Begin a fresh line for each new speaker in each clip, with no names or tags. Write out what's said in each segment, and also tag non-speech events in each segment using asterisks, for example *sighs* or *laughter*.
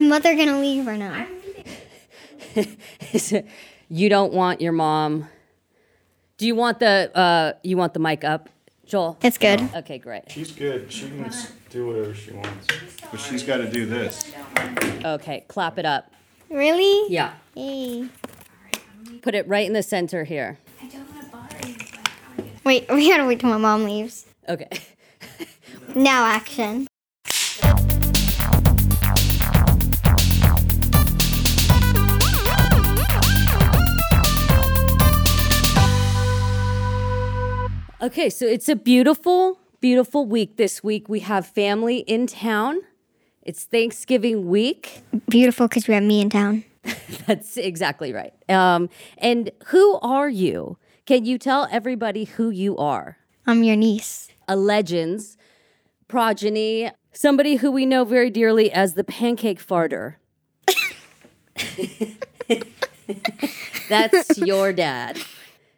Mother gonna leave or not?
Is it- you don't want your mom. Do you want the uh, you want the mic up, Joel?
It's good.
Okay, great.
She's good. She can s- do whatever she wants. But she's got to do this.
Okay, clap it up.
Really?
Yeah.
Yay.
Put it right in the center here.
I don't want to bother you, but how are you?
Wait, we gotta wait till my mom leaves.
Okay. *laughs*
Now action.
Okay, so it's a beautiful, beautiful week this week. We have family in town. It's Thanksgiving week. *laughs*
Beautiful because we have me in town.
That's exactly right. Um, and who are you? Can you tell everybody who you are?
I'm your niece.
a legend's progeny, somebody who we know very dearly as the pancake farter. *laughs* That's your dad,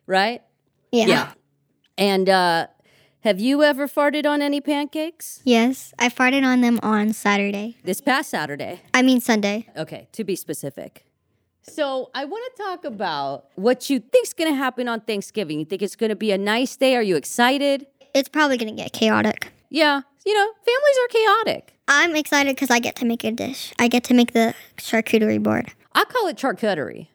right?
Yeah.
And uh, have you ever farted on any pancakes?
Yes, I farted on them on Saturday.
This past Saturday.
I mean Sunday.
Okay, to be specific. So I want to talk about what you think's going to happen on Thanksgiving. You think it's going to be a nice day? Are you excited?
It's probably gonna get chaotic.
Yeah, you know, families are chaotic.
I'm excited because I get to make a dish. I get to make the charcuterie board.
I call it charcuterie.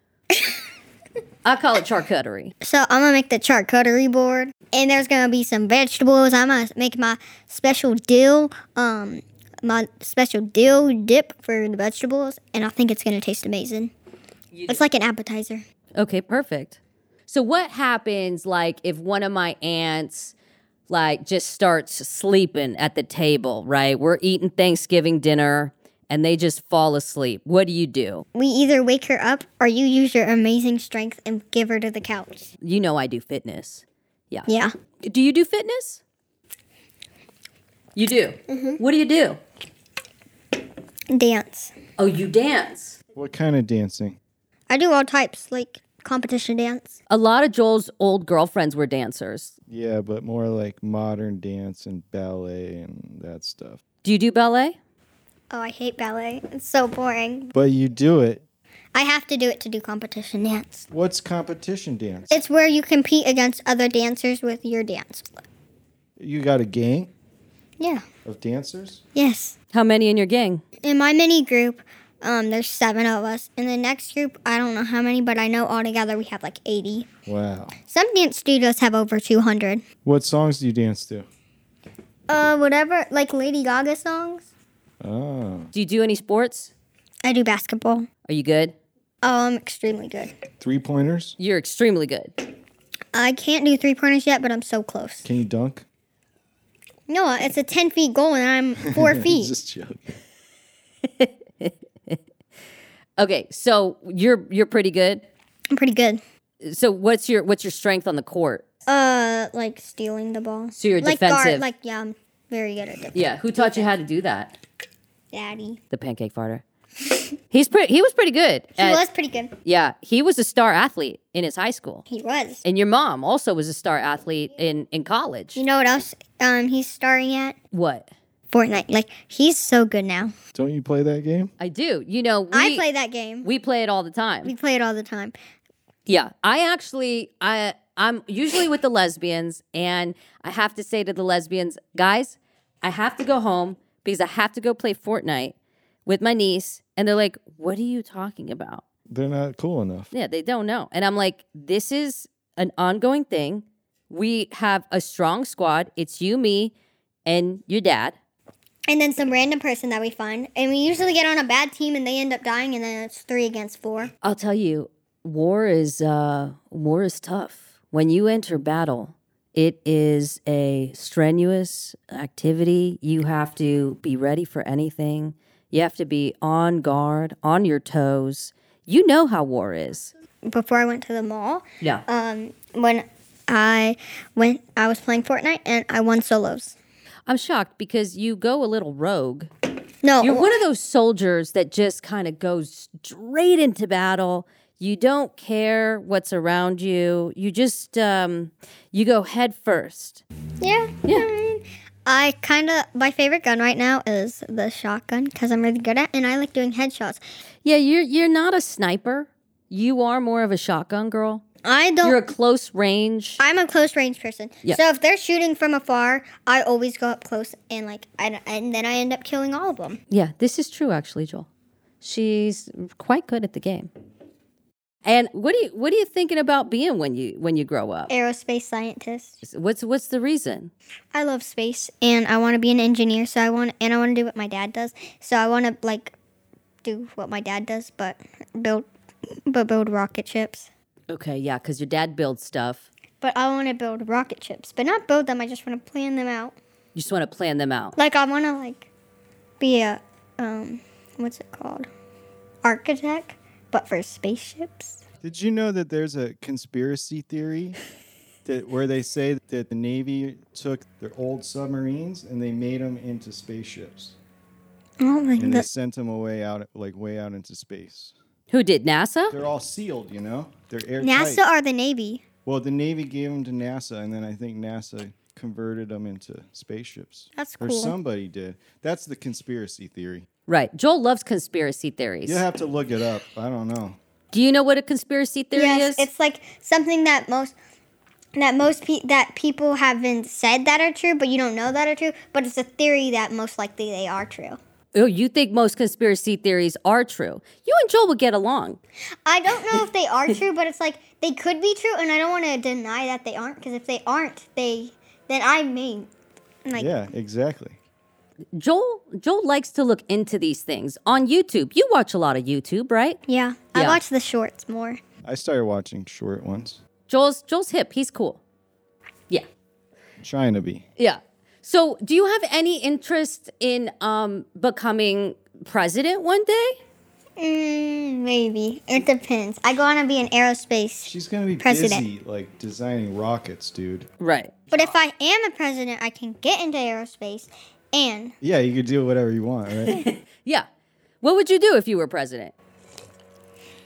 I call it charcuterie.
So I'm gonna make the charcuterie board, and there's gonna be some vegetables. I'm gonna make my special dill, um, my special dill dip for the vegetables, and I think it's gonna taste amazing. It's like an appetizer.
Okay, perfect. So what happens like if one of my aunts like just starts sleeping at the table, right? We're eating Thanksgiving dinner and they just fall asleep. What do you do?
We either wake her up, or you use your amazing strength and give her to the couch.
You know I do fitness. Yeah.
Yeah,
Do you do fitness? You do. What do you do?
dance.
Oh, you dance.
What kind of dancing?
I do all types, like competition dance.
A lot of Joel's old girlfriends were dancers.
Yeah, but more like modern dance and ballet and that stuff.
Do you do ballet?
Oh, I hate ballet. It's so boring.
But you do it.
I have to do it to do competition dance.
What's competition dance?
It's where you compete against other dancers with your dance.
You got a gang
Yeah.
of dancers?
Yes.
How many in your gang?
In my mini group, um, there's seven of us. In the next group, I don't know how many, but I know altogether we have like 80.
Wow.
Some dance studios have over 200.
What songs do you dance to?
Uh, whatever, like Lady Gaga songs.
Oh.
Do you do any sports?
I do basketball.
Are you good?
Oh, I'm extremely good.
Three pointers?
You're extremely good.
I can't do three pointers yet, but I'm so close.
Can you dunk?
No, it's a 10 feet goal, and I'm four feet.
*laughs* Just joking.
Okay, so you're you're pretty good.
I'm pretty good.
So what's your what's your strength on the court?
Uh, like stealing the ball.
So you're
like
defensive.
like yeah, I'm very good at it.
Yeah, who taught you how to do that?
Daddy,
The pancake farter. He's pretty. He was pretty good.
he
at-
was pretty good.
Yeah, he was a star athlete in his high school,
He was.
and your mom also was a star athlete in in college.
You know what else? Um, he's starring at
What?
Fortnite. Like he's so good now.
Don't you play that game?
I do. You know, we,
I play that game.
We play it all the time.
We play it all the time.
Yeah, I actually I I'm usually with the lesbians and I have to say to the lesbians, guys, I have to go home because I have to go play Fortnite with my niece and they're like, "What are you talking about?"
They're not cool enough.
Yeah, they don't know. And I'm like, "This is an ongoing thing. We have a strong squad. It's you, me, and your dad."
And then some random person that we find, and we usually get on a bad team, and they end up dying, and then it's three against four.
I'll tell you, war is uh, war is tough. When you enter battle, it is a strenuous activity. You have to be ready for anything. You have to be on guard, on your toes. You know how war is.
Before I went to the mall,
Yeah.
um, when I went, I was playing Fortnite, and I won solos.
I'm shocked because you go a little rogue.
No,
You're one of those soldiers that just kind of goes straight into battle. You don't care what's around you. You just um, you go head first.
yeah,
Yeah.
I mean, I kind of my favorite gun right now is the shotgun because I'm really good at, it, and I like doing headshots.
Yeah, you're you're not a sniper. You are more of a shotgun girl.
I don't.
You're a close range.
I'm a close range person.
Yeah.
So if they're shooting from afar, I always go up close and like, I, and then I end up killing all of them.
Yeah, this is true actually, Joel. She's quite good at the game. And what do you what are you thinking about being when you when you grow up?
Aerospace scientist.
What's what's the reason?
I love space, and I want to be an engineer. So I want, and I want to do what my dad does. So I want to like do what my dad does, but build, but build rocket ships.
Okay, yeah, because your dad builds stuff.
But I want to build rocket ships, but not build them. I just want to plan them out.
You just want to plan them out.
Like I want to like be a um what's it called? Architect, but for spaceships.
Did you know that there's a conspiracy theory that where they say that the Navy took their old submarines and they made them into spaceships
I don't think
and they
that.
sent them away out like way out into space.
Who did NASA?
They're all sealed, you know. They're airtight.
NASA or the Navy.
Well, the Navy gave them to NASA, and then I think NASA converted them into spaceships.
That's
Or
cool.
somebody did. That's the conspiracy theory.
Right. Joel loves conspiracy theories.
You'll have to look it up. I don't know.
Do you know what a conspiracy theory
yes,
is?
it's like something that most that most pe- that people haven't said that are true, but you don't know that are true. But it's a theory that most likely they are true.
oh, you think most conspiracy theories are true. You and Joel would get along.
I don't know if they are true, but it's like they could be true, and I don't want to deny that they aren't. Because if they aren't, they then I may like
Yeah, exactly.
Joel Joel likes to look into these things on YouTube. You watch a lot of YouTube, right?
Yeah, I
Yeah.
watch the shorts more.
I started watching short ones.
Joel's Joel's hip. He's cool. Yeah.
Trying to be.
Yeah. So, do you have any interest in um becoming president one day?
Mm, maybe it depends. I go on to be an aerospace,
She's gonna be
President.
busy like designing rockets, dude.
Right.
but if I am a president, I can get into aerospace, and
Yeah, you could do whatever you want,
*laughs*
right?
Yeah. What would you do if you were president?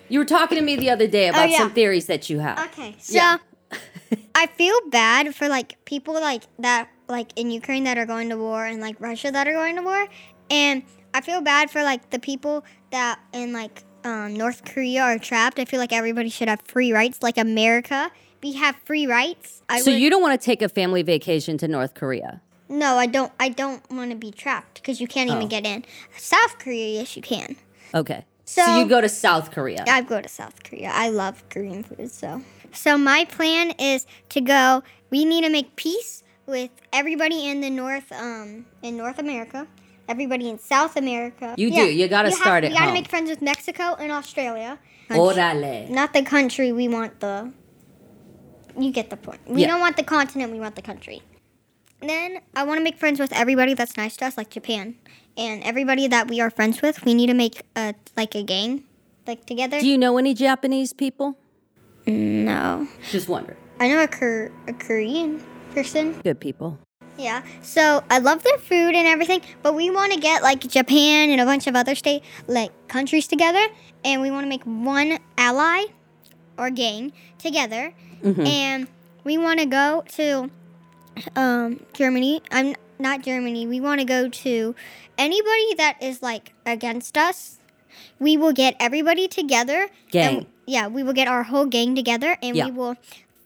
You were talking to me the other day about
Oh, yeah.
some theories that you have.
okay. So
Yeah. *laughs*
I feel bad for like people like that, like in Ukraine that are going to war, and like Russia that are going to war, and I feel bad for like the people that in like um, North Korea are trapped. I feel like everybody should have free rights, like America. We have free rights. I
So
would-
you don't want to take a family vacation to North Korea.
No, I don't. I don't want to be trapped because you can't
Oh.
even get in. South Korea, yes, you can.
Okay.
So-
you go to South Korea.
I go to South Korea. I love Korean food, so. So my plan is to go. We need to make peace with everybody in the North, um, in North America, everybody in South America.
You do. You gotta
have-
start at
You gotta
home.
make friends with Mexico and Australia.
Orale.
Not the country. We want the. You get the point. We
Yeah.
don't want the continent. We want the country. Then I want to make friends with everybody that's nice to us, like Japan, and everybody that we are friends with. We need to make a like a gang, like together.
Do you know any Japanese people?
no,
Just wondering.
I know a, Kor- a Korean person.
Good people.
Yeah. So I love their food and everything, but we want to get like Japan and a bunch of other state like countries together, and we want to make one ally or gang together, and we want to go to um, Germany. I'm not Germany. We want to go to anybody that is like against us. We will get everybody together.
Gang.
and- yeah, we will get our whole gang together, and
Yeah.
we will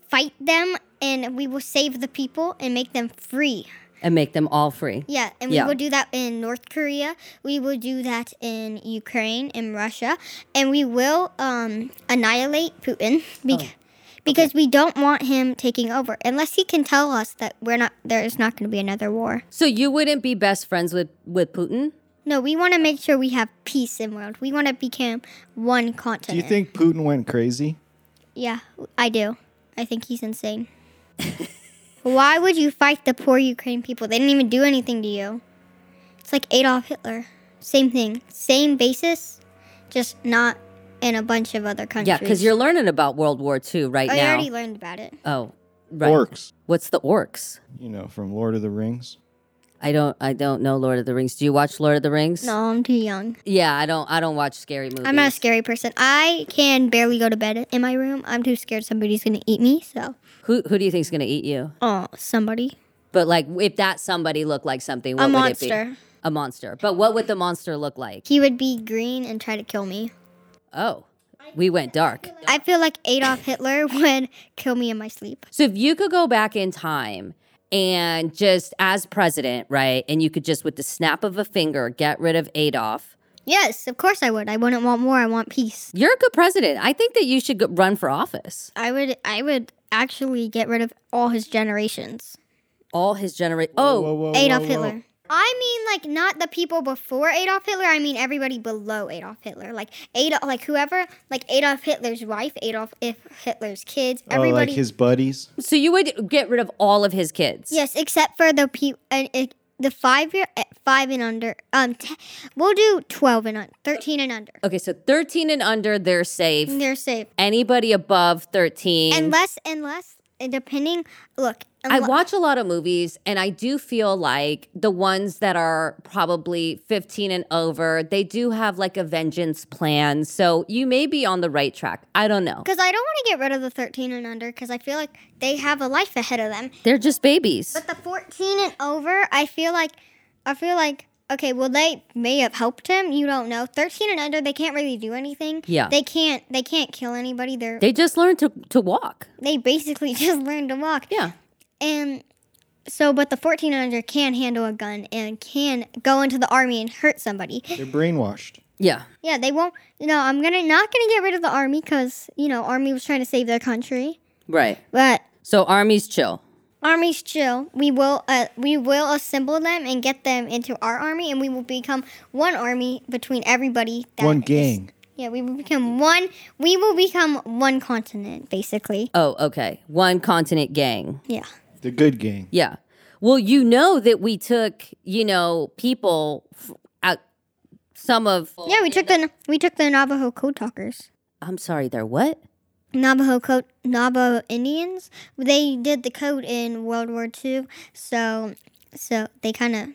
fight them and we will save the people and make them free.
And make them all free.
Yeah, and we
Yeah.
will do that in North Korea. We will do that in Ukraine and Russia, and we will um, annihilate Putin
Oh,
be- because we don't want him taking over unless he can tell us that we're not there is not going to be another war.
So you wouldn't be best friends with, with Putin?
No, we want to make sure we have peace in world. We want to become one
do
continent.
you think Putin went crazy?
Yeah, I do. I think he's insane. Why would you fight the poor Ukraine people? They didn't even do anything to you. It's like Adolf Hitler. Same thing, same basis, just not in a bunch of other countries.
Yeah, because you're learning about World War II right
I
now.
already learned about it.
oh, right.
Orcs,
What's the orcs?
you know, from Lord of the Rings.
I don't. I don't know Lord of the Rings. Do you watch Lord of the Rings?
No, I'm too young.
Yeah, I don't. I don't watch scary movies.
I'm not a scary person. I can barely go to bed in my room. I'm too scared somebody's gonna eat me. So,
Who Who do you think's gonna eat you?
oh, somebody.
But like, if that somebody looked like something, what
a
would it
monster.
be? A monster. But what would the monster look like?
He would be green and try to kill me.
Oh, we went dark.
I feel like Adolf Hitler *laughs* would kill me in my sleep.
So if you could go back in time and just as president, right, and you could just with the snap of a finger get rid of Adolf,
Yes, of course I would. I wouldn't want war. I want peace.
you're a good president. I think that you should go- run for office.
I would. I would actually get rid of all his generations.
All his generation. Oh,
Whoa, whoa,
Adolf
whoa, whoa.
Hitler. I mean, like not the people before Adolf Hitler. I mean everybody below Adolf Hitler, like Adolf, like whoever, like Adolf Hitler's wife, Adolf if Hitler's kids,
Oh,
everybody.
like his buddies.
so you would get rid of all of his kids?
yes, except for the people, uh, uh, the five year, uh, five and under. Um, t- we'll do twelve and under, thirteen and under.
Okay, so 13 and under, they're safe.
They're safe,
Anybody above
Oh.
13.
unless unless uh, depending. Look,
I
unle-
watch a lot of movies and I do feel like the ones that are probably 15 and over, they do have like a vengeance plan. So you may be on the right track. I don't know.
Because I don't want to get rid of the 13 and under because I feel like they have a life ahead of them.
They're just babies.
But the 14 and over, I feel like, I feel like, okay, well, they may have helped him. You don't know. 13 and under, they can't really do anything.
Yeah.
They can't, they can't kill anybody. They're,
They just learned to, to walk.
they basically *laughs* just learn to walk.
Yeah.
And so, but the 14 and under can handle a gun and can go into the army and hurt somebody.
They're brainwashed.
Yeah.
Yeah, they won't, no, I'm gonna, not gonna get rid of the army because, you know, army was trying to save their country.
Right.
But
So armies chill.
armies chill. We will uh, we will assemble them and get them into our army, and we will become one army between everybody. that
One
is-
gang.
Yeah, we will become one. We will become one continent, basically.
Oh, okay. One continent gang.
Yeah.
The good gang.
Yeah. Well, you know that we took, you know, people f- out, some of.
Yeah, we took the we took the Navajo code talkers.
I'm sorry, they're what?
Navajo code Navajo Indians. They did the code in World War II, so so they kind of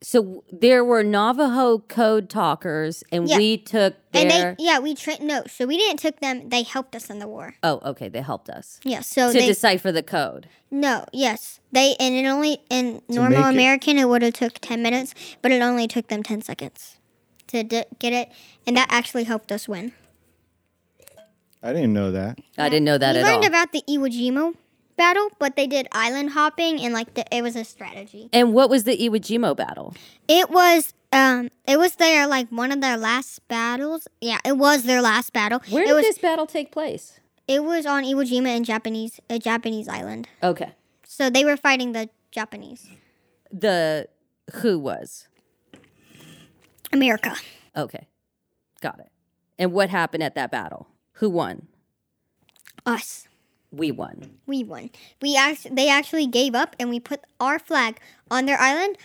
So there were Navajo code talkers, and
Yeah.
we took
and
their.
they e yeah we tra- no so we didn't took them. They helped us in the war.
oh, okay. They helped us
Yeah, so
to
they
decipher the code.
No, yes. They and it only in normal
make it-
American it, would have took 10 minutes, but it only took them 10 seconds to d- get it and that actually helped us win.
I didn't know that.
I didn't know that
we
at
learned
all.
about the Iwo Jima battle, but they did island hopping and like the, it was a strategy.
and what was the Iwo Jima battle?
It was um it was their like one of their last battles. Yeah, it was their last battle.
Where
it
did
was
this battle take place?
it was on Iwo Jima in Japanese a Japanese island.
Okay.
So they were fighting the Japanese.
The who was?
America.
Okay. Got it. And what happened at that battle? Who won?
Us.
We won.
we won. We act- they actually gave up and we put our flag on their island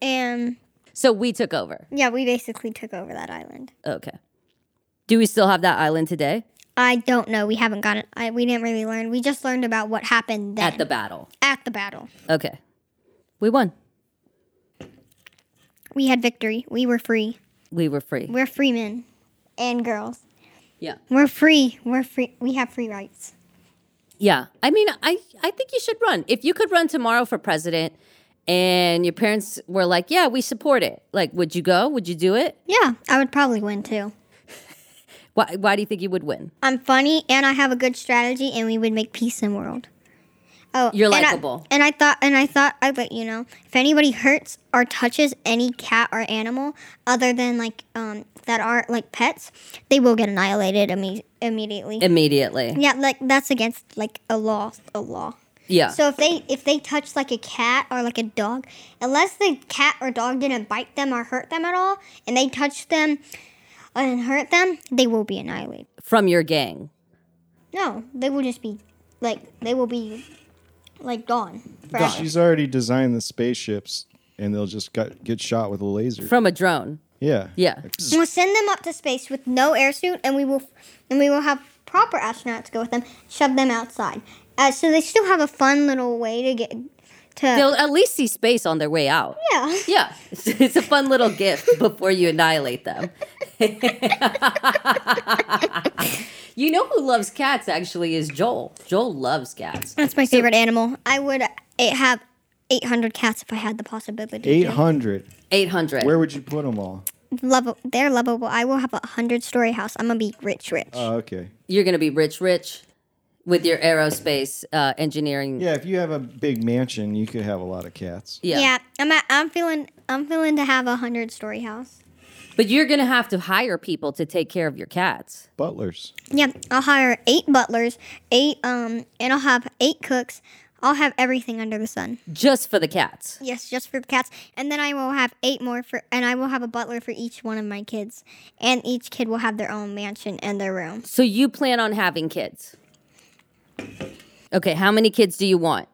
and
So we took over.
yeah, we basically took over that island.
Okay. Do we still have that island today?
I don't know. We haven't gotten I we didn't really learn. We just learned about what happened then,
At the battle.
at the battle.
Okay. We won.
We had victory. We were free.
We were free.
We're free men and girls.
Yeah.
We're free. We're free. We have free rights.
Yeah. I mean, I, I think you should run. If you could run tomorrow for president and your parents were like, yeah, we support it, like, would you go? Would you do it?
Yeah, I would probably win too.
Why, why do you think you would win?
I'm funny and I have a good strategy and we would make peace in the world. Oh,
You're
and I-
likable.
And, I thought and I thought I let you know, if anybody hurts or touches any cat or animal other than like um that are like pets, they will get annihilated imme- immediately.
Immediately.
yeah, like that's against like a law, a law.
Yeah.
So if they if they touch like a cat or like a dog, unless the cat or dog didn't bite them or hurt them at all, and they touch them and hurt them, they will be annihilated.
From your gang.
No, they will just be like they will be like gone forever.
She's already designed the spaceships, and they'll just got, get shot with a laser.
From a drone.
yeah.
Yeah.
We'll send them up to space with no airsuit, and we will and we will have proper astronauts go with them, shove them outside. Uh, so they still have a fun little way to get to.
They'll at least see space on their way out.
yeah.
Yeah. It's, it's a fun little gift before you annihilate them. *laughs* you know who loves cats actually is Joel. Joel loves cats.
That's my favorite animal. I would uh, it have 800 cats if I had the possibility. to.
800.
800.
Where would you put them all?
Level, they're lovable. I will have a 100 story house. I'm going to be rich, rich.
Oh, okay.
You're going to be rich, rich with your aerospace uh, engineering.
Yeah, if you have a big mansion, you could have a lot of cats.
yeah. I'm, at, I'm feeling. I'm feeling to have a hundred story house.
But you're going to have to hire people to take care of your cats.
Butlers.
Yeah, I'll hire eight butlers, eight um, and I'll have eight cooks. I'll have everything under the sun.
just for the cats.
Yes, just for cats, and then I will have eight more for, and I will have a butler for each one of my kids, and each kid will have their own mansion and their room.
So you plan on having kids. Okay, how many kids do you want?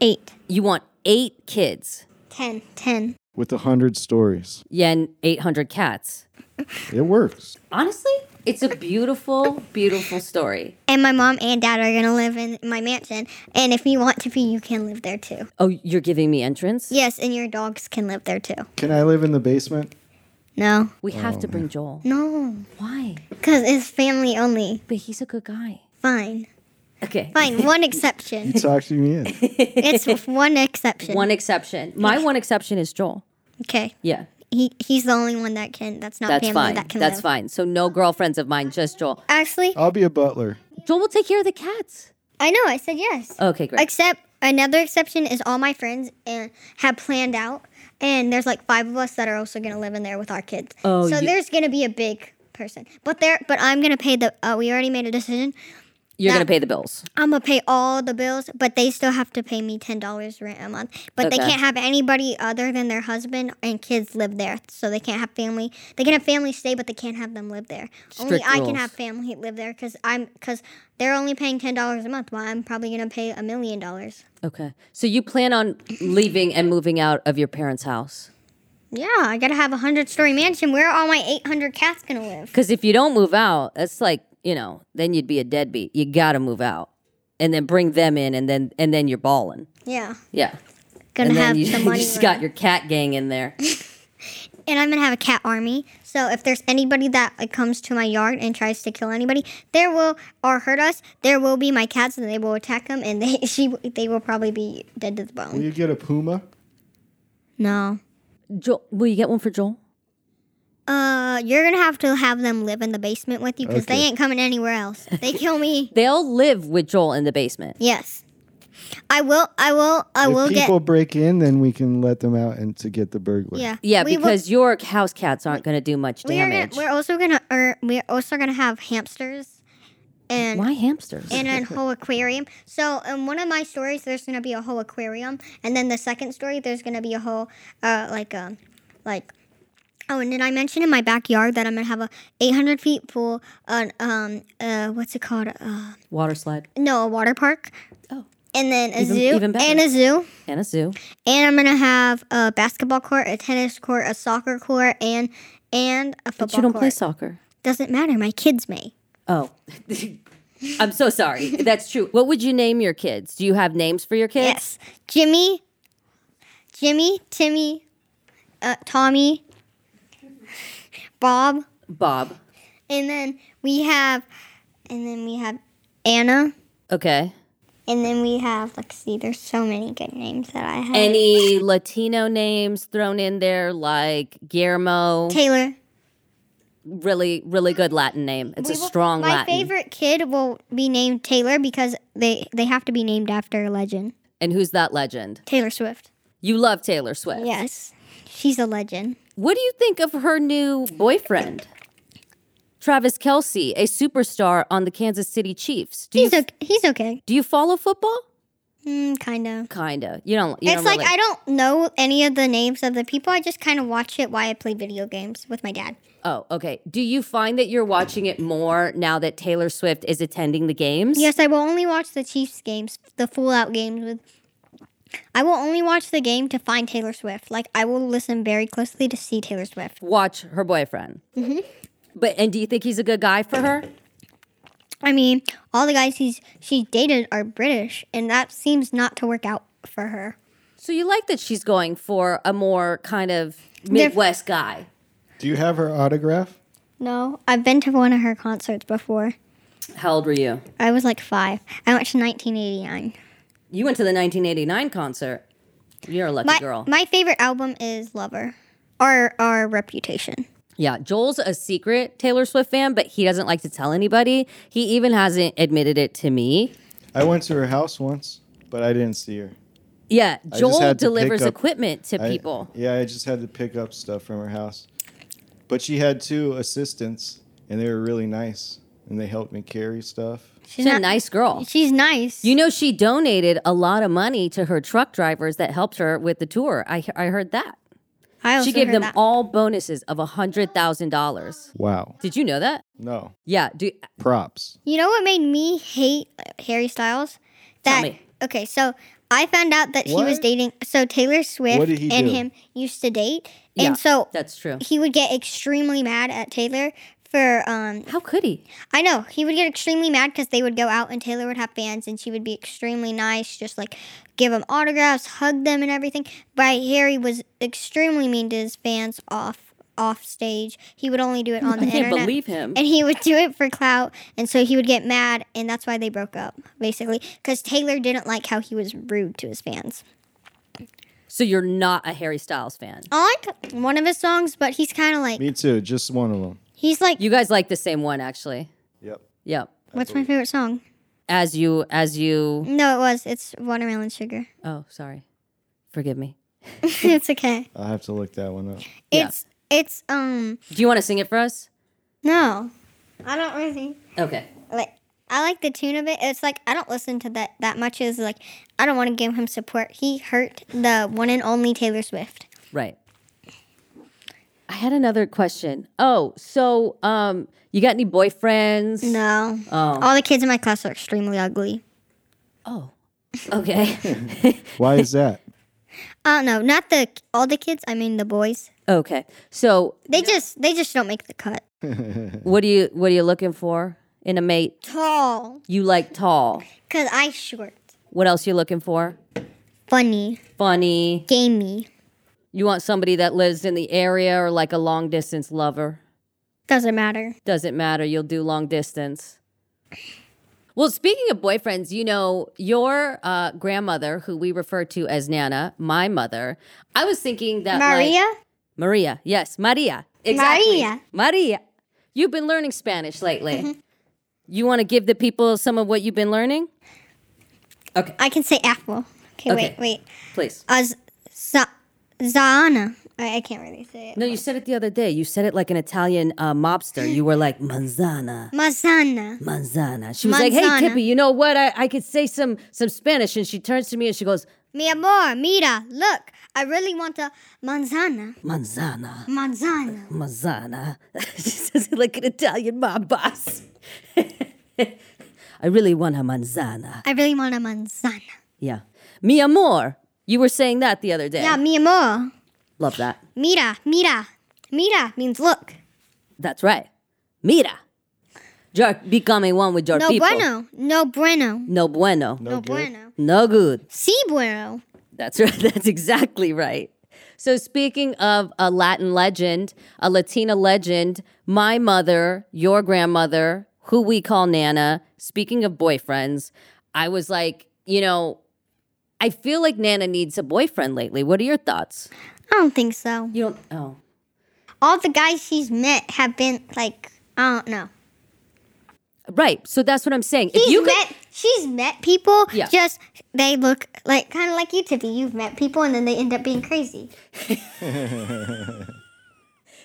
Eight,
You want eight kids.
ten, ten.
With a 100 stories.
Yeah, and 800 cats.
It works.
Honestly, it's a beautiful, beautiful story.
And my mom and dad are gonna live in my mansion, and if you want to be, you can live there too.
Oh, you're giving me entrance?
Yes, and your dogs can live there too.
Can I live in the basement?
No,
We have to
Oh,
bring Joel.
no,
Why?
cause it's family only.
But he's a good guy.
Fine,
Okay.
fine. One exception.
Talk to
*laughs*
me in.
It's one exception.
One exception. My one exception is Joel.
Okay.
Yeah.
He he's the only one that can. That's not
That's
family
fine.
that can
That's
live.
fine. So no girlfriends of mine, just Joel.
Actually,
I'll be a butler.
Joel will take care of the cats.
I know. I said yes.
Okay, great.
Except another exception is all my friends and have planned out, and there's like five of us that are also gonna live in there with our kids.
Oh,
so
you-
there's gonna be a big person. But there, but I'm gonna pay the. Uh, we already made a decision.
You're going
that-
to pay the bills.
I'm gonna pay all the bills, but they still have to pay me ten dollars rent a month. But they
Okay.
can't have anybody other than their husband and kids live there, so they can't have family. They can have family stay, but they can't have them live there. only
Strict
I can
rules.
have family live there because I'm because they're only paying ten dollars a month. Well, I'm probably gonna pay a million dollars.
Okay. So you plan on leaving and moving out of your parents' house?
Yeah, I gotta have a hundred story mansion. Where are all my eight hundred cats gonna live?
Because if you don't move out, it's like you know, then you'd be a deadbeat. You got to move out, and then bring them in, and then and then you're balling.
Yeah,
Yeah.
gonna
and then
have
*laughs* you,
the
you
money.
just
run.
got your cat gang in there.
and I'm gonna have a cat army. So if there's anybody that uh, comes to my yard and tries to kill anybody, there will or hurt us. There will be my cats, and they will attack them, and *laughs* they she they will probably be dead to the
Will
bone.
you get a puma?
No,
Joel, will you get one for Joel?
uh, you're gonna have to have them live in the basement with you because they
Okay.
ain't coming anywhere else. They kill
*laughs*
me.
They'll live with Joel in the basement.
yes, I will. I will. I
if
will get.
people break in, then we can let them out and to get the burglar.
yeah.
Yeah,
We will-
because your house cats aren't going to do much
we are. Gonna,
damage.
we're also gonna. Er, we're also gonna have hamsters. And
Why hamsters?
and a whole aquarium. So in one of my stories, there's gonna be a whole aquarium, and then the second story, there's gonna be a whole uh, like um like. Oh, and did I mention in my backyard that I'm gonna have a 800 feet full an um uh what's it called uh
Water slide
no a water park.
Oh.
And then a
Even-
zoo
even better.
and a zoo.
and a zoo.
And I'm gonna have a basketball court, a tennis court, a soccer court, and and a football
But you don't
court.
play soccer.
Doesn't matter. My kids may.
Oh. *laughs* I'm so sorry. That's true. What would you name your kids? Do you have names for your kids?
Yes. Jimmy, Jimmy, Timmy, uh, Tommy, Bob,
Bob.
and then we have, and then we have Anna,
Okay.
and then we have. Let's see. There's so many good names that I have.
Any
*laughs*
Latino names thrown in there, like Guillermo?
Taylor.
Really, really good Latin name. It's a
We will-
strong
My
Latin.
favorite kid will be named Taylor because they they have to be named after a legend.
And who's that legend?
Taylor Swift.
You love Taylor Swift.
Yes, she's a legend.
What do you think of her new boyfriend? Travis Kelsey, a superstar on the Kansas City Chiefs. Do you
He's okay. He's okay.
do you follow football?
Mm, kind of.
Kinda. You don't. You
it's
don't
like
really-
I don't know any of the names of the people. I just kind of watch it while I play video games with my dad.
Oh, okay. Do you find that you're watching it more now that Taylor Swift is attending the games?
Yes, I will only watch the Chiefs games, the full out games with. I will only watch the game to find Taylor Swift. Like I will listen very closely to see Taylor Swift.
Watch her boyfriend.
Mm-hmm.
But and do you think he's a good guy for her?
I mean, all the guys he's she's dated are British, and that seems not to work out for her.
So you like that she's going for a more kind of Midwest guy.
Do you have her autograph?
No, I've been to one of her concerts before.
How old were you?
I was like five. I went to 1989.
You went to the 1989 concert. You're a lucky
My
girl.
my favorite album is Lover. Our our reputation.
Yeah, Joel's a secret Taylor Swift fan, but he doesn't like to tell anybody. He even hasn't admitted it to me.
I went to her house once, but I didn't see her.
Yeah,
just
Joel
had to pick
delivers
up-
equipment to
I-
people.
yeah, I just had to pick up stuff from her house. But she had two assistants, and they were really nice, and they helped me carry stuff.
She's
She's a nice girl.
She's nice.
You know, she donated a lot of money to her truck drivers that helped her with the tour. I, I heard that.
I also
She gave
heard
them
that.
all bonuses of a $100,000.
Wow.
Did you know that?
No
Yeah. Do,
props.
You know what made me hate uh, Harry Styles? That
me.
okay, so I found out that he was
What?
dating. So Taylor Swift
did he
and
do?
him used to date,
Yeah,
and so
that's true.
he would get extremely mad at Taylor for um.
How could he?
I know he would get extremely mad because they would go out and Taylor would have fans and she would be extremely nice, just like give them autographs, hug them, and everything. But Harry was extremely mean to his fans off off stage. He would only do it on the
I can't
internet
believe him.
and he would do it for clout and so he would get mad and that's why they broke up basically because taylor didn't like how he was rude to his fans
So you're not a Harry Styles fan.
i like one of his songs but he's kind of like
Me too. Just one of them.
he's like
You guys like the same one, actually.
Yep.
Yep.
what's my favorite song
As you, as you.
no it was it's watermelon sugar *laughs*
Oh, sorry. Forgive me.
it's okay
I'll have to look that
*laughs*
one up.
Yeah.
it's it's um
Do you want to sing it for us?
no i don't really
Okay.
like I like the tune of it. It's like I don't listen to that that much. Is like I don't want to give him support. He hurt the one and only Taylor Swift.
Right. I had another question. Oh, so um, you got any boyfriends? Um,
No, Uh, all the kids in my class are extremely ugly.
Oh. Okay. *laughs*
Why is that?
Uh no, not the all the kids. I mean the boys.
okay. So,
They just they just don't make the cut.
what do you what are you looking for in a mate?
Tall,
You like tall.
cause I short,
What else you looking for?
funny,
Funny.
gamey.
You want somebody that lives in the area or like a long distance lover?
Doesn't matter.
Doesn't matter. You'll do long distance. Well, speaking of boyfriends, you know, your uh, grandmother, who we refer to as Nana, my mother, I was thinking that. Uh, like-
Maria,
Maria. Yes, Maria. Exactly.
Maria. Mm-hmm.
Maria. You've been learning Spanish lately. You want to give the people some of what you've been learning? Okay,
I can say apple. Okay,
Okay.
wait, wait.
please.
Az, za, zana. I, I can't really say it.
No, you said it the other day. You said it like an Italian uh, mobster. You were like, manzana,
Mazana.
manzana. She was like, hey,
Manzana.
Tippy, you know what? I, I could say some, some Spanish. And she turns to me and she goes,
Mi amor, mira, look. I really want a manzana.
manzana,
Manzana.
manzana. *laughs* she says it like an Italian mob boss. *laughs* I really want a manzana.
I really want a manzana.
Yeah. Mi amor. You were saying that the other day.
Yeah, mi amor.
Love that.
Mira, mira. Mira means look.
That's right. Mira. You're becoming one with your
No
people.
bueno. No bueno.
No bueno. No.
No bueno.
good.
Si bueno.
That's *laughs* right. That's exactly right. So speaking of a Latin legend, a Latina legend, my mother, your grandmother, who we call Nana, speaking of boyfriends, I was like, you know, I feel like Nana needs a boyfriend lately. What are your thoughts?
I don't think so.
You don't oh.
All the guys she's met have been like, I don't know.
Right. So that's what I'm saying. If
She's
you could,
met she's met people
Yeah.
just they look like kind of like you Tippy. You've met people and then they end up being crazy.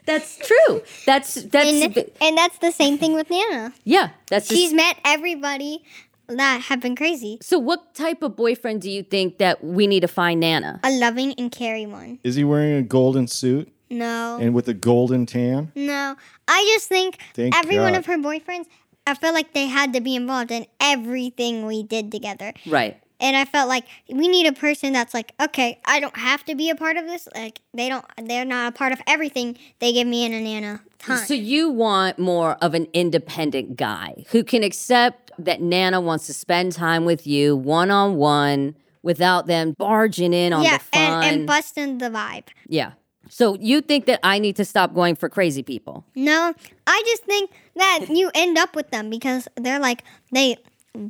that's true. That's that's
And and that's the same thing with Nana.
yeah. That's
She's
*laughs* just,
met everybody that have been crazy.
so. What type of boyfriend do you think that we need to find Nana?
A loving and caring one.
Is he wearing a golden suit
No.
and with a golden tan?
No, I just think
Thank
every one
God.
of her boyfriends, I felt like they had to be involved in everything we did together.
Right.
And I felt like we need a person that's like, okay, I don't have to be a part of this. Like they don't, they're not a part of everything they give me in a nana time.
So you want more of an independent guy who can accept that Nana wants to spend time with you one on one without them barging in on
yeah,
the fun.
and, and busting the vibe.
yeah. So you think that I need to stop going for crazy people?
No, I just think that you end up with them because they're like they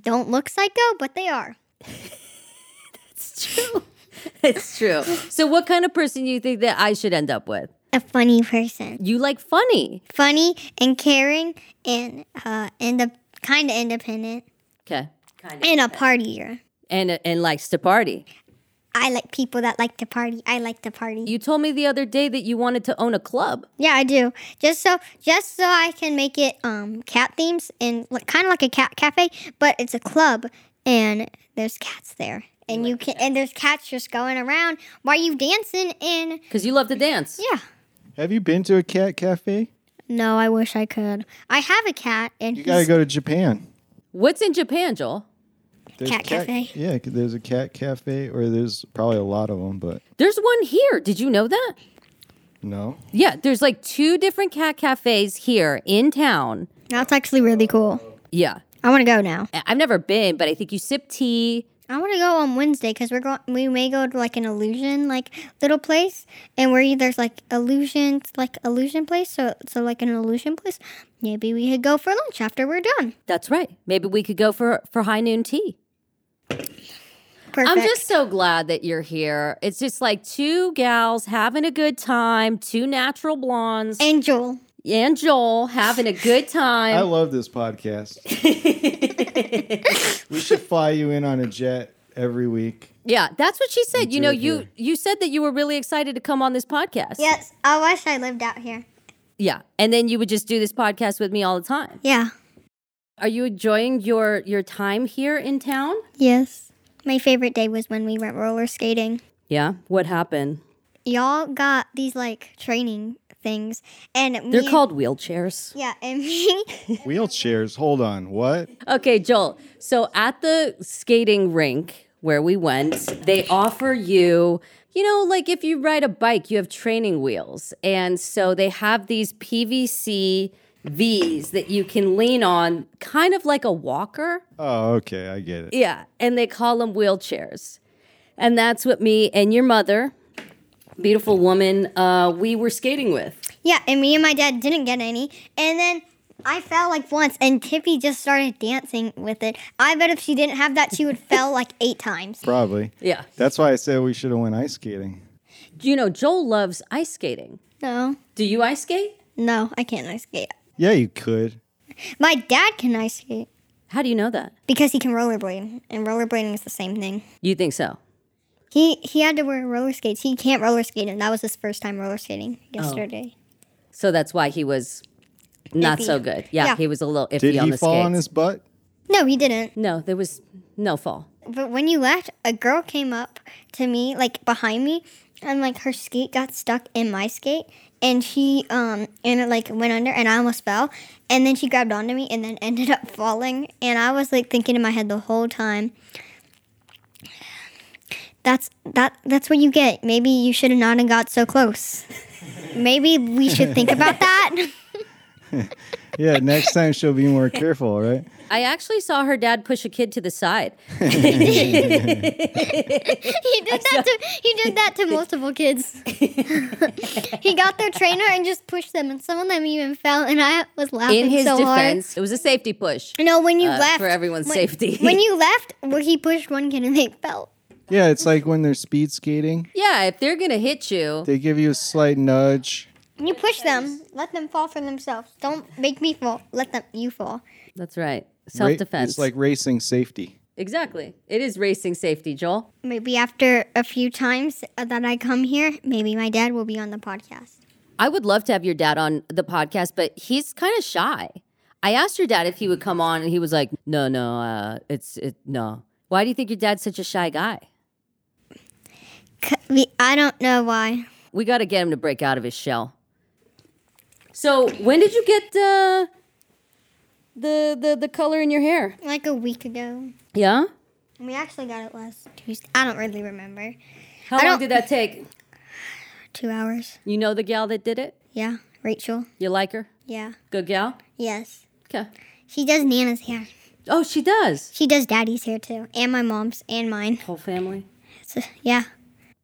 don't look psycho, but they are.
It's true. it's true. *laughs* So, what kind of person do you think that I should end up with?
A funny person,
You like funny.
funny and caring, and uh, and the kind of independent
Okay. Kind
and a partier.
And, and likes to party.
I like people that like to party. I like to party.
You told me the other day that you wanted to own a club.
yeah, I do. Just so just so I can make it um cat themes and like, kind of like a cat cafe, but it's a club and there's cats there. And you can and there's cats just going around while you dancing and
Because you love to dance.
yeah.
Have you been to a cat cafe?
No, I wish I could. I have a cat and
You gotta
he's
go to Japan.
What's in Japan, Joel?
There's
Cat cafe.
Yeah, c- there's a cat cafe, or there's probably a lot of them, but
There's one here. Did you know that?
no.
Yeah, there's like two different cat cafes here in town.
that's actually really cool.
Yeah.
I want to go now.
I- I've never been, but I think you sip tea.
I want to go on Wednesday because we're going. We may go to like an illusion like little place, and where there's like illusions like illusion place. So so like an illusion place. Maybe we could go for lunch after we're done.
That's right. Maybe we could go for for high noon tea.
Perfect.
I'm just so glad that you're here. It's just like two gals having a good time, two natural blondes, and,
and Joel.
Joel having a good
I
time.
love this
*laughs*
podcast. we should fly you in on a jet every week.
yeah, that's what she said. You
do
know,
it
you
here.
you said that you were really excited to come on this podcast.
Yes, I wish I lived out here.
Yeah. And then you would just do this podcast with me all the time.
Yeah.
Are you enjoying your your time here in town?
Yes. My favorite day was when we went roller skating.
Yeah. What happened?
Y'all got these like training things, and me
They're
and-
called wheelchairs.
Yeah, and me. *laughs*
Wheelchairs. Hold on. What?
Okay, Joel. So at the skating rink where we went, they offer you, you know, like if you ride a bike, you have training wheels. And so they have these PVC V's that you can lean on, kind of like a walker.
Oh, okay. I get it.
Yeah, and they call them wheelchairs. And that's what me and your mother, beautiful woman, uh, we were skating with.
Yeah, and me and my dad didn't get any. And then I fell like once, and Tippy just started dancing with it. I bet if she didn't have that, *laughs* she would fell like eight times.
Probably.
Yeah.
That's why I said we should have went ice skating.
You know, Joel loves ice skating.
No,
Do you ice skate?
no, I can't ice skate.
Yeah, you could.
My dad can ice skate
How do you know that?
because he can rollerblade, and rollerblading is the same thing.
You think so?
He he had to wear roller skates. He can't roller skate, and that was his first time roller skating yesterday.
So that's why he was not so good. Yeah,
Yeah.
he was a little iffy
Did
on
he
the
fall
skates.
on his butt?
No, he didn't.
no, there was no fall.
But when you left, a girl came up to me, like behind me, and like her skate got stuck in my skate, and she um and it like went under, and I almost fell, and then she grabbed onto me, and then *laughs* ended up falling, and I was like thinking in my head the whole time. That's that. That's what you get. Maybe you should have not have got so close. Maybe we should think about that.
Yeah, next time she'll be more careful, right?
I actually saw her dad push a kid to the side.
*laughs* he did that to he did that to multiple kids. *laughs* he got their trainer and just pushed them, and some of them even fell. And I was laughing
In his
so
defense, it was a safety push.
hard. No, when you
uh,
left
for everyone's
when-
safety.
When
*laughs*
you left, well, he pushed one kid and they fell.
Yeah, it's like when they're speed skating,
Yeah, if they're gonna hit you,
they give you a slight nudge.
You push them, let them fall for themselves. Don't make me fall. Let them you fall.
that's right.
Ra-
Self defense.
It's like racing safety.
exactly. It is racing safety, Joel.
Maybe after a few times that I come here, maybe my dad will be on the podcast.
I would love to have your dad on the podcast, but he's kind of shy. I asked your dad if he would come on, and he was like, "No, no, uh, it's it, no." Why do you think your dad's such a shy guy?
C- we- I don't know why.
We got to get him to break out of his shell. So, when did you get uh, the the the color in your hair?
Like a week ago,
Yeah.
we actually got it last Tuesday. I don't really remember.
How
I
long
don't-
did that take?
Two hours.
You know the gal that did it.
Yeah, Rachel.
You like her?
Yeah.
Good gal.
Yes.
Okay.
She does Nana's hair.
Oh, she does.
She does Daddy's hair too, and my mom's and mine. *laughs*
Whole family.
So, yeah.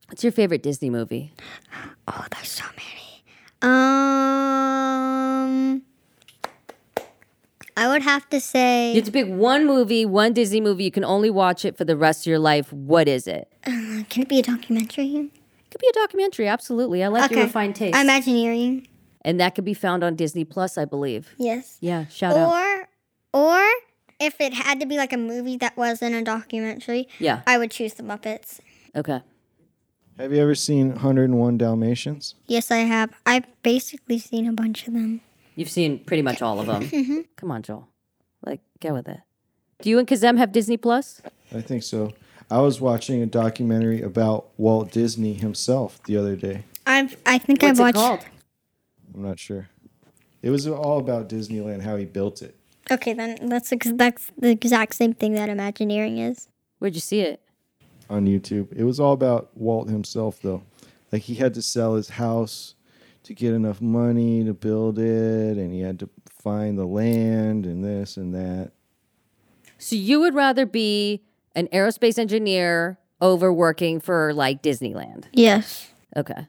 What's your favorite Disney movie?
Oh, there's so many. Um, I would have to
You
say
have to pick one movie, one Disney movie. You can only watch it for the rest of your life. What is it?
God, *sighs* can it be a documentary?
Could be a documentary, absolutely. I like your refined taste.
Imagineering.
and that could be found on Disney Plus, I believe.
Yes.
Yeah, shout out.
Or, or if it had to be like a movie that wasn't a documentary,
Yeah.
I would choose the Muppets.
Okay.
Have you ever seen 101 Dalmatians?
Yes, I have. I've basically seen a bunch of them.
You've seen pretty much all of them. Come on, Joel. Like, go with it. Do you and Kazem have Disney Plus?
I think so. I was watching a documentary about Walt Disney himself the other day.
I've, I think
What's
I've watched.
it called?
I'm not sure. It was all about Disneyland, how he built it.
Okay, then that's ex- that's the exact same thing that Imagineering is.
Where'd you see it?
on YouTube. It was all about Walt himself, though. Like he had to sell his house to get enough money to build it, and he had to find the land and this and that.
So you would rather be an aerospace engineer over working for like Disneyland.
Yes,
Okay.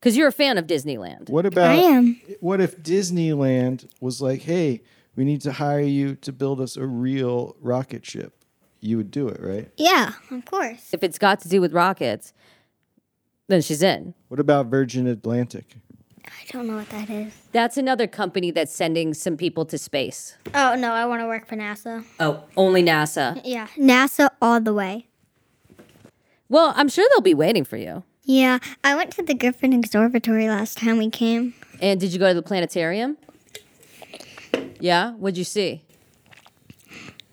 Cuz you're a fan of Disneyland.
What about?
I am.
What if Disneyland was like, "Hey, we need to hire you to build us a real rocket ship"? You would do it, right?
Yeah, of course.
If it's got to do with rockets, then she's in.
What about Virgin Atlantic?
I don't know what that is.
That's another company that's sending some people to space.
Oh no, I want to work for NASA.
Oh, only
*laughs*
NASA.
Yeah, NASA all the way.
Well, I'm sure they'll be waiting for you.
Yeah, I went to the Griffin Observatory last time we came.
And did you go to the planetarium? Yeah, what'd you see?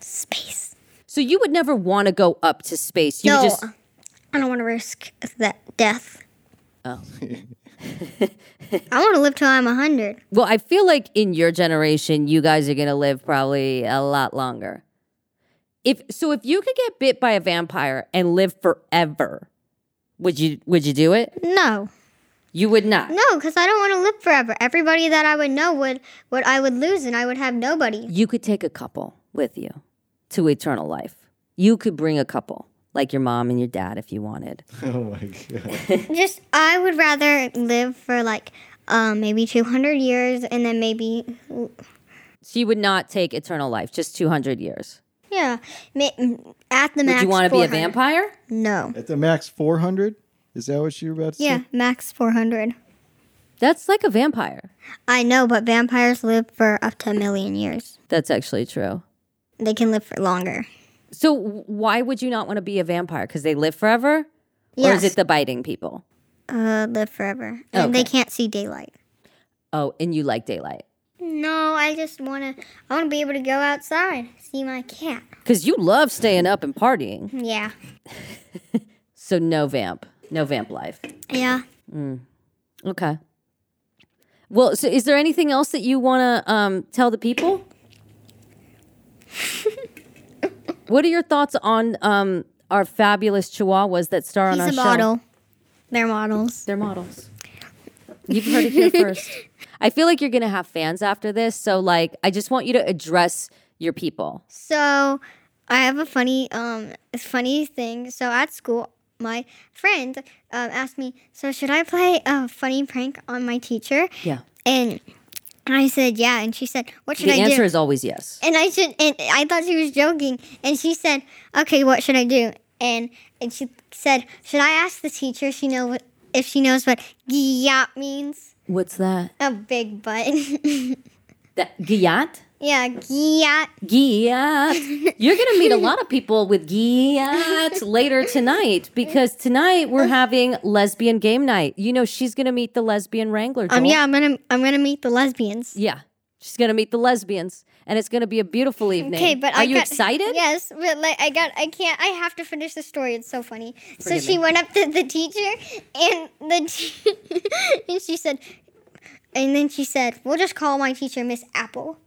Space.
So you would never want to go up to space. You
no,
would just
I don't want to risk that death. *laughs* Oh. I want to live till I'm a hundred.
Well, I feel like in your generation, you guys are going to live probably a lot longer. If so, if you could get bit by a vampire and live forever, would you would you do it?
No,
You would not.
no, because I don't want to live forever. Everybody that I would know would, would I would lose, and I would have nobody.
You could take a couple with you to eternal life. You could bring a couple, like your mom and your dad, if you wanted.
*laughs* Oh my god!
Just I would rather live for like um, maybe two hundred years, and then maybe
So you would not take eternal life, just two hundred years.
yeah, ma- at the
would
max.
you want to be
400.
a vampire? Hmm.
No.
At the max four hundred. Is that what you were about to
Yeah,
say?
max four hundred.
That's like a vampire.
I know, but vampires live for up to a million years.
That's actually true.
They can live for longer.
So w- why would you not want to be a vampire? Because they live forever. Or
Yes.
is it the biting people?
Uh, live forever. And They
Okay.
can't see daylight.
Oh, and you like daylight.
No, I just wanna. I wanna be able to go outside, see my cat.
Because you love staying up and partying.
Yeah,
So no vamp. No vamp life.
yeah.
Okay. Well, so is there anything else that you want to um, tell
*laughs*
the people? what are your thoughts on um, our fabulous chihuahuas that star on
He's
our
a
show?
model. They're models.
They're models. You've heard it here first. *laughs* I feel like you're going to have fans after this. So, like, I just want you to address your people.
So I have a funny, um, funny thing. So at school, my friend um, asked me, "So should I play a funny prank on my teacher?"
Yeah.
And I said, "Yeah." And she said, "What should
The
I do?"
answer is always yes.
And I should. And I thought she was joking. And she said, "Okay, what should I do?" And and she said, "Should I ask the teacher? She know what, if she knows what gyat means?
What's that?
A big butt. *laughs*
That Guyat?
yeah, Um, gyat. *laughs*
Giyat. You're going to meet a lot of people with Giyat later tonight because tonight we're having lesbian game night. You know, she's going to meet the lesbian wrangler.
Um,
Joel.
yeah, I'm gonna I'm gonna meet the lesbians.
Yeah. She's going to meet the lesbians and it's going to be a beautiful evening.
Okay, but
Are
I
you
got-
excited?
Yes, but like I got I can't I have to finish the story. It's so funny. so
Forgive
she
me.
went up to the teacher and the *laughs* te- and she said, and then she said, "We'll just call my teacher Miss Apple."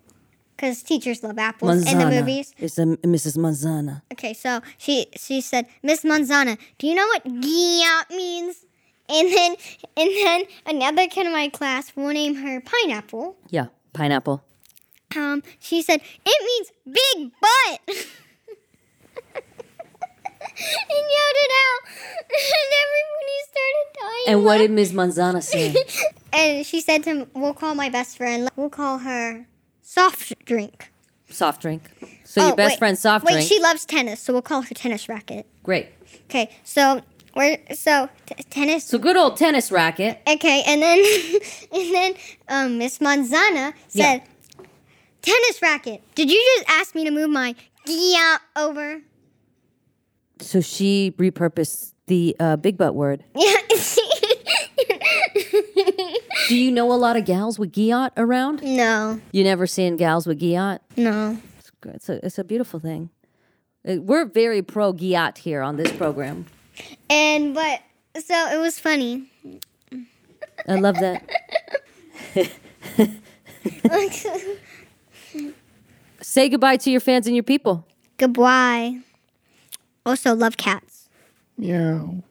Because teachers love apples in the movies.
It's a, Mrs. Manzana.
Okay, so she she said, Miss Manzana, do you know what gyat means? And then and then another kid in my class, we'll name her Pineapple.
Yeah. Pineapple.
Um, she said it means big butt. *laughs* and yelled it out, *laughs* and everybody started dying.
And what did Ms. Manzana say?
*laughs* And she said to him, "We'll call my best friend. We'll call her soft drink."
Soft drink. So your
Oh,
best
wait.
friend's soft
Wait,
drink.
she loves tennis, so we'll call her tennis racket.
Great.
Okay, so we're so t- tennis.
So good old tennis racket.
okay, and then *laughs* and then um, Miss Manzana
Yeah.
said, "Tennis racket. Did you just ask me to move my gia over?" *laughs*
So she repurposed the uh, big butt word.
Yeah.
Do you know a lot of gals with giot around?
no,
You never seen gals with giot?
no.
It's, good. it's, a, it's a beautiful thing. Uh, We're very pro giot here on this program.
And but so it was funny. *laughs*
I love that. Say goodbye to your fans and your people.
Goodbye. Also, love cats.
Meow.